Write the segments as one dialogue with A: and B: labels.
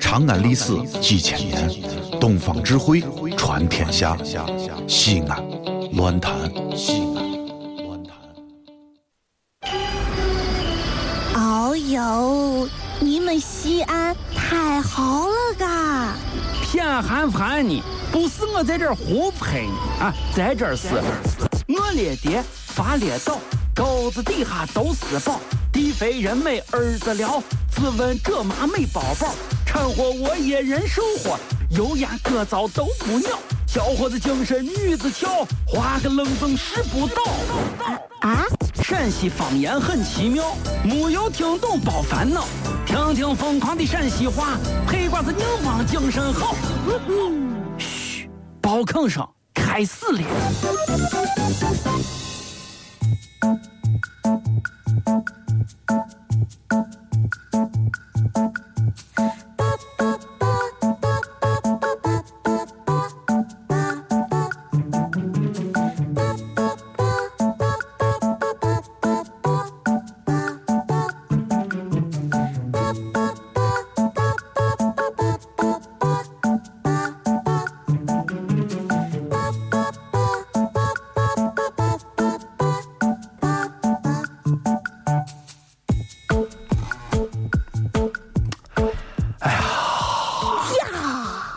A: 长安历史几千年，东方智慧传天下。西安，乱谈西安，乱谈。
B: 哦呦，你们西安太好了嘎！啊
C: 偏寒寒你，不是我在这儿胡喷你啊，在这儿是我列爹发列倒，沟子底下都是宝，地肥人美儿子了，自问这妈没宝宝，掺和我也人生活，油盐各糟都不尿，小伙子精神女子俏，花个愣风拾不倒。
B: 啊，
C: 陕西方言很奇妙，没有听懂别烦恼，听听疯狂的陕西话，黑瓜子硬邦精神好。嘘，包吭声开始了。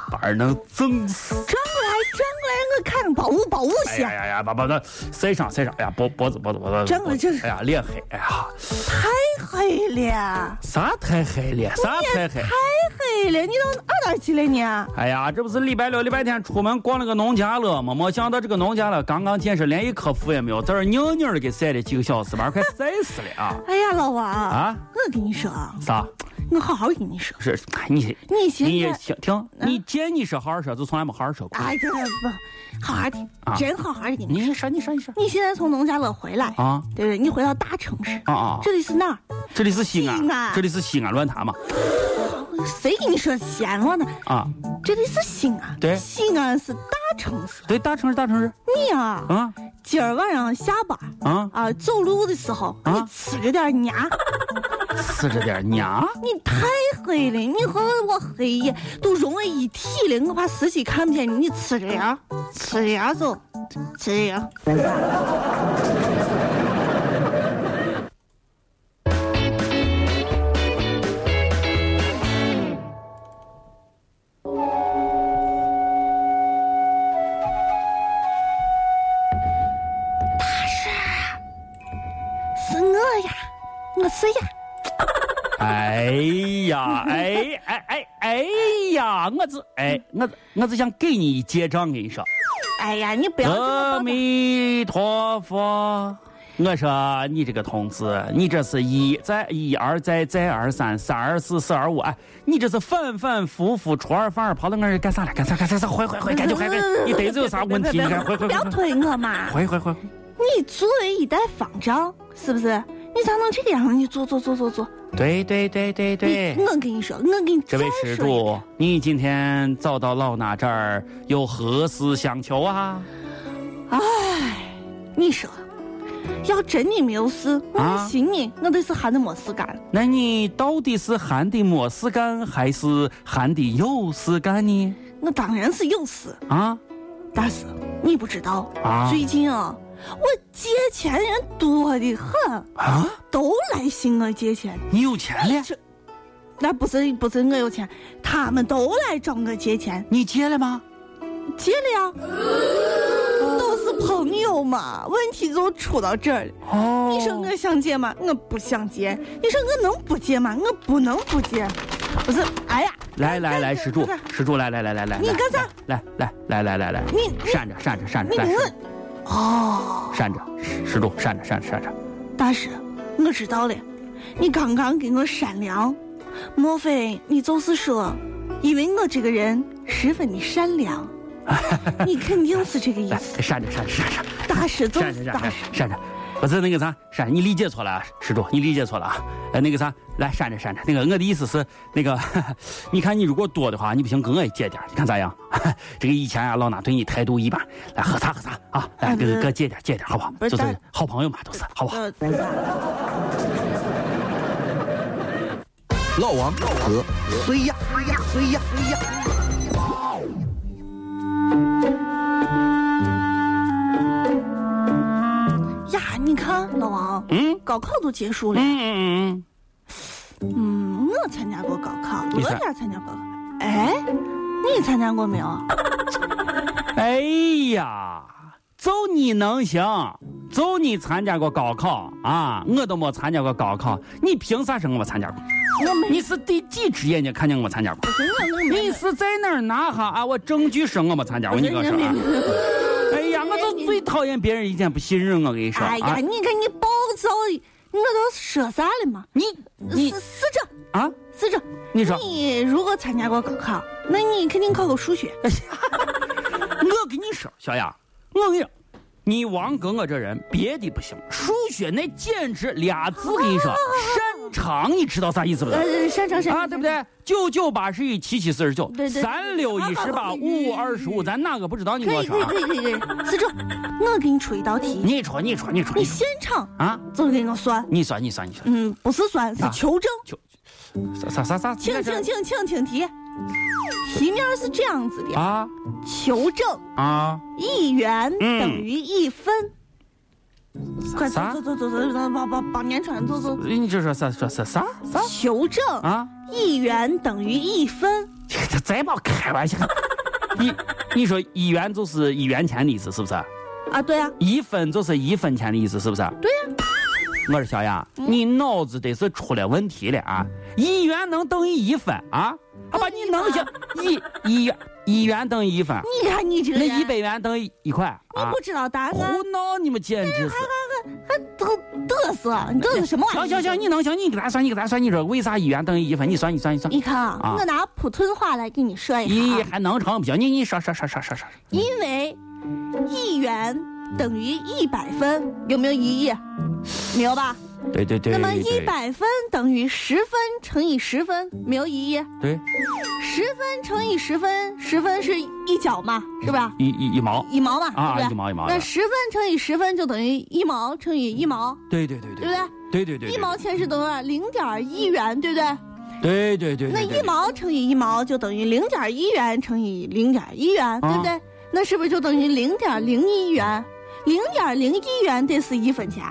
D: 把人能整死！
B: 转过来，转过来，我看着宝物，宝物
D: 哎
B: 些，
D: 呀呀呀，把把那晒伤晒伤！哎呀，脖脖子脖子脖子，
B: 真的
D: 脖子
B: 这是
D: 哎呀，脸黑！哎呀，
B: 太黑了，
D: 啥太黑了？啥太黑
B: 太？黑了，你到哪哪去了你？
D: 哎呀，这不是礼拜六、礼拜天出门逛了个农家乐吗？没想到这个农家乐刚刚建设，连一棵树也没有，在这儿硬硬的给晒了几个小时，把人快晒死了 啊！
B: 哎呀，老王
D: 啊，
B: 我跟你说，
D: 啥？
B: 我好好跟你说，
D: 是哎你
B: 你现
D: 你也
B: 在嗯
D: 听听，你见你说好好说，就从来没好好说过。
B: 哎，这不好好的，
D: 啊
B: 真好好的跟你说，
D: 你说你说你说
B: 你现在从农家乐回来，
D: 啊
B: 对不对？你回到大城市，
D: 啊啊！
B: 这里是哪儿？
D: 这里是西
B: 西安
D: 安，这里是西安乱谈嘛
B: 谁跟你说西安话呢？
D: 啊！
B: 这里是西安，
D: 对
B: 西安是大城市。
D: 对，大城市大城市
B: 你啊，
D: 啊
B: 今儿晚上下班
D: 啊，
B: 啊走路的时候，
D: 啊
B: 你吃着点牙，
D: 吃着点娘。
B: 你太黑了，你和我黑夜都融为一体了，我怕司机看不见你，你吃着牙，吃着牙走，吃啊着牙。是啊我呀，我是呀。
D: 哎呀，哎哎哎哎呀，我只哎我我只想给你一结账，跟你说。
B: 哎呀，你不要这么
D: 阿
B: 报答
D: 弥陀佛。我说你这个同志，你这是一再一而再再而三三而四四而五，哎，你这是反反复复出尔反尔跑到我这干啥来？干啥干啥干啥？回回回，赶紧回回！你得子有啥问题？你赶紧回回
B: 不要
D: 回
B: 推我嘛！
D: 回回回！
B: 你作为一代方丈，是不是？你咋能这个样？你做做做做做！
D: 对对对对对
B: 你。我跟你说，我跟你
D: 这位施主，你今天找到老衲这儿有何事相求啊？
B: 你说，要真的没有事，我
D: 啊
B: 的心里我得是闲的没事干。
D: 那你到底是闲的没事干，还是闲的有事干呢？
B: 我当然是有事，
D: 啊？
B: 但是你不知道，
D: 啊
B: 最近啊，我借钱人多的很，
D: 啊？
B: 都来寻我借钱。
D: 你有钱了？
B: 这，那不是不是我有钱，他们都来找我借钱。
D: 你借了吗？
B: 借了 呀，都是朋友嘛，问题就出到这儿了。
D: 哦
B: 你说我想借吗？我不想借。你说我能不借吗？我不能不借。不是，哎呀，
D: 来来来，
B: 干
D: 石柱
B: 干，
D: 石柱，来来来来来，
B: 你
D: 来
B: 干啥？
D: 来来来来来来，
B: 你你
D: 闪着闪着闪着，
B: 你
D: 来
B: 我
D: 石
B: 哦，
D: 闪着石柱，闪着闪着闪着，
B: 大师，我知道了，你刚刚给我善良，莫非你就是说，因为我这个人十分的善 良，你肯定是这个意
D: 来
B: 思。
D: 闪着闪着闪着
B: 大师就
D: 闪
B: 是
D: 哎着
B: 大
D: 闪着
B: 师，
D: 闪着，不是那个啥闪，你理解错了，啊，石柱，你理解错了啊，呃那个啥，来闪着闪着，那个我的意思是那个， 你看你如果多的话，你不行跟我也借点儿，你看咋样？ 这个以前啊老衲对你态度一般，来喝茶喝茶啊，来
B: 哎不
D: 给
B: 是
D: 哥借点儿借点儿好不好？
B: 不是
D: 就是
B: 但呃
D: 好朋友嘛都是，好不好？
B: 呃
E: 老王和谁呀谁呀谁呀。
B: 呀，你看老王，
D: 嗯
B: 高考都结束了，
D: 嗯嗯
B: 嗯，我参加过高考，
D: 你
B: 我
D: 参
B: 哪参加过？哎，你参加过没有？
D: 嗯。哎呀，就你能行，就你参加过高考啊，我都没参加过高考，你凭啥说我没参加过？
B: 我没，
D: 你是第几只眼睛看见我没参加过？
B: 我跟你讲，我没
D: 你是在哪儿拿哈啊？我证据说我没参加过，你跟我说啊。 哎呀，我就最讨厌别人一见不信任，我跟你说
B: 哎呀，
D: 啊！
B: 你看你暴躁，我都说啥了嘛？
D: 你你
B: 是是这，
D: 啊，
B: 是这。
D: 你说
B: 你如果参加过高考，那你肯定考过数学。
D: 我跟你说，小雅，我跟你说，你王哥我这人别的不行，数学那简直俩字，跟你说，擅长，你知道啥意思不？
B: 呃，擅长擅长
D: 啊，对不？对？九九八十一，七七四十九
B: 对，对
D: 三六一十八，五五二十五，咱哪个不知道？你跟
B: 可
D: 我
B: 以
D: 说
B: 可以
D: 啊
B: 可，以可以可以，四柱，我给你出一道题，
D: 你说，你说，你说，
B: 你
D: 你说
B: 现场
D: 啊，
B: 就给我算。
D: 你算，你算，你算，
B: 嗯，不是算，是
D: 啊
B: 求证。
D: 啥啥啥啥？
B: 请请请请请题，题面是这样子的：
D: 啊
B: 求证
D: 啊！
B: 一元
D: 嗯
B: 等于一分。快走
D: 啥
B: 走走走走，走把把把年船走走。
D: 你这说啥说啥啥啥
B: 求证
D: 啊？
B: 一元等于一分，
D: 这 这再别开玩笑，你你说一元就是一元钱的意思是不是？
B: 啊，对啊，
D: 一分就是一分钱的意思是不是？
B: 对呀、嗯
D: 我说小雅，你脑子得是出了问题了啊！一元能等于一分啊？好吧，你能行？一一元一元等于一分，
B: 你看啊你这个
D: 那
B: 人，
D: 一百元等于一块
B: 你
D: 啊
B: 不！知道答案，
D: 胡闹，你们简直是！
B: 还嘚嘚瑟，你嘚瑟什么玩
D: 行
B: 意
D: 行
B: 儿？
D: 行，你能行？你给咱算，你给咱算，你说为啥一元等于一分？你算，你算，你算。
B: 你看啊
D: 啊，
B: 我拿普通话来给你说一下
D: 咦，
B: 啊，
D: 还能成不行？你你说说说说说说。
B: 因为一元等于一百分，有没有疑义？没有吧？
D: 对对对。
B: 那么一
D: 对
B: 百分等于十分乘以十分，没有疑义。
D: 对
B: 十分乘以十分，十分是一角嘛，是吧？
D: 一一一毛。
B: 一毛嘛，
D: 啊
B: 对不对？
D: 一毛一毛
B: 那
D: 对
B: 十分乘以十分就等于一毛乘以一毛，
D: 对对对
B: 对不对？
D: 对对对
B: 一毛钱是多少？零点一元，对不对？
D: 对对对
B: 那一毛乘以一毛就等于零点一元乘以零点一元，对不
D: 啊
B: 对？那是不是就等于零点零一元？零点零一元得是一分钱，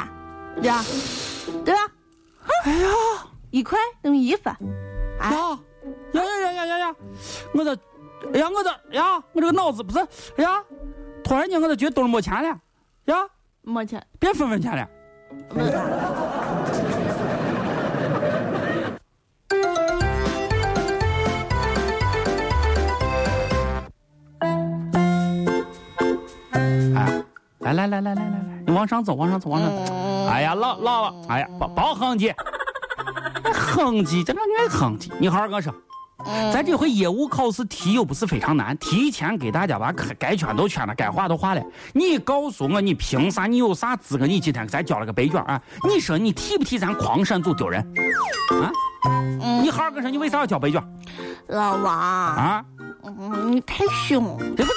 B: 对吧？对吧？哎呀，一块等于一分，哎
D: 呀呀呀呀呀呀！我这，哎呀我这呀，我这个脑子不是哎呀，突然间我这觉得兜里没钱了，呀，
B: 没钱，
D: 别分分钱了。
B: 没钱。
D: 哎，来来来来来来来，你往上走，往上走，往上走。哎呀，老老了，哎呀，别别哼唧，哼唧，这个爱哼唧。你好好跟我说，咱这回业务考试题又不是非常难，提前给大家把该该圈都圈了，该画都画了。你告诉我，你凭啥？你有啥资格？你今天给咱交了个白卷啊？你说你替不替咱狂山组丢人？啊？你好好跟我说，你为啥要交白卷
B: 老王，
D: 啊？
B: 嗯，你太凶了，
D: 这不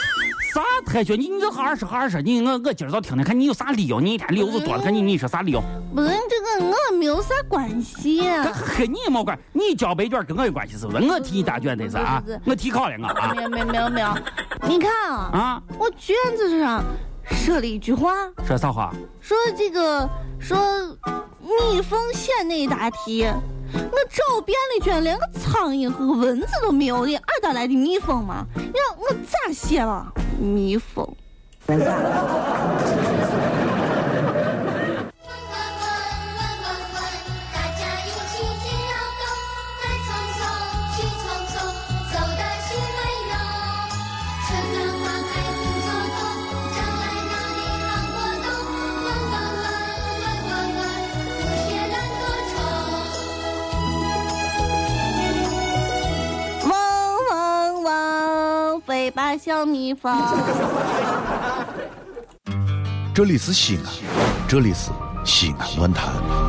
D: 啥太学？你你就好好说，好好说。你我我今儿早听听，看你有啥理由？你一天理由就多了，看你你说啥理由？
B: 不是这个我没有啥关系、啊
D: 这和你也没关，你交白卷跟我有关系是不是？我提大卷的是啊
B: 不是不，
D: 我提考了我啊
B: 没有没有没有没有，你看啊，
D: 啊！
B: 我卷子上设了一句话，
D: 说啥话？
B: 说这个说蜜蜂县那一答题，我找遍了卷，连个苍蝇和蚊子都没有的，二道来的蜜蜂嘛，让我咋写了？蜜蜂。
F: 弯弯弯弯弯，大家一起只要动，来匆匆去匆匆，走的是温柔。春暖花开不做梦，将来哪里让我懂？弯弯弯弯弯弯，不学懒惰虫。
B: 嗡嗡嗡，飞吧小蜜蜂。
A: 这里是西安，这里是西安论坛。